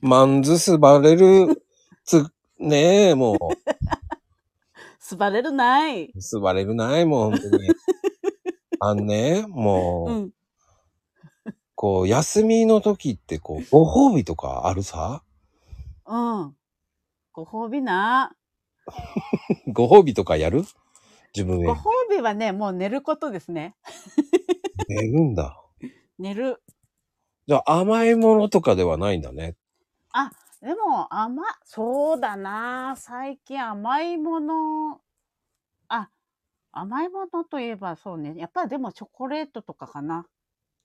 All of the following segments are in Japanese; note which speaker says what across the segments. Speaker 1: マンズすばれる、つ、ねえ、も
Speaker 2: すばれるない。
Speaker 1: う、すばれるない、もう、本当に。あのね、もう、
Speaker 2: うん。
Speaker 1: こう、休みの時って、こう、ご褒美とかあるさ
Speaker 2: うん。ご褒美な。
Speaker 1: ご褒美とかやる自分
Speaker 2: ご
Speaker 1: で
Speaker 2: 褒美はね、もう寝ることですね。
Speaker 1: 寝るんだ。
Speaker 2: 寝る。
Speaker 1: じゃあ甘いものとかではないんだね。
Speaker 2: でも甘、そうだな。最近甘いもの、あ、甘いものといえばそうね。やっぱりでもチョコレートとかかな。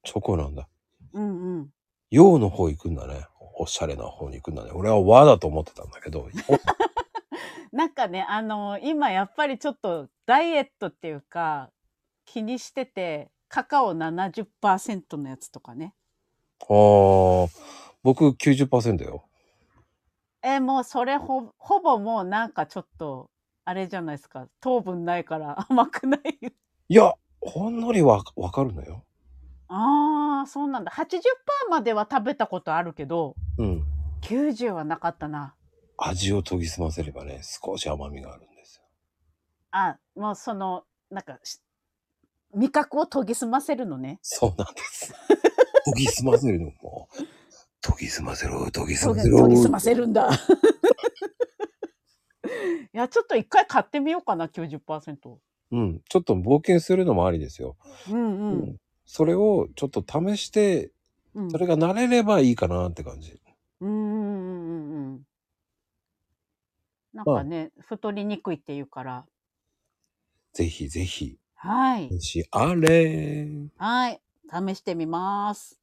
Speaker 1: チョコなんだ。
Speaker 2: うんうん。
Speaker 1: 洋の方行くんだね。おしゃれな方に行くんだね。俺は和だと思ってたんだけ ど。
Speaker 2: なんかね、あの今やっぱりちょっとダイエットっていうか、気にしてて、カカオ70%のやつとかね。
Speaker 1: おあー僕90%よ。
Speaker 2: えーもうそれほほぼもうなんかちょっとあれじゃないですか糖分ないから 甘くない
Speaker 1: いや、ほんのりわわかるのよ。
Speaker 2: あーそうなんだ80%までは食べたことあるけど
Speaker 1: うん。
Speaker 2: 90はなかったな
Speaker 1: 味を研ぎ澄ませればね、少し甘みがあるんですよ。
Speaker 2: あもうそのなんかし味覚を研ぎ澄ませるのね
Speaker 1: そうなんです。 研ぎ澄ませるのもう。研ぎ澄ませろ、研ぎ
Speaker 2: 研
Speaker 1: 澄
Speaker 2: ぎ
Speaker 1: ませろ。
Speaker 2: 研ぎ澄ませる んだいやちょっと一回買ってみようかな90%
Speaker 1: うん。ちょっと冒険するのもありですよ。
Speaker 2: うんうん、
Speaker 1: それをちょっと試して、
Speaker 2: うん、
Speaker 1: それが慣れればいいかなって感じ。
Speaker 2: うんうんうんうんうん。なんかね、太りにくいっていうから。
Speaker 1: ぜひぜひ、
Speaker 2: はい。
Speaker 1: しあれ。
Speaker 2: はい。試してみます。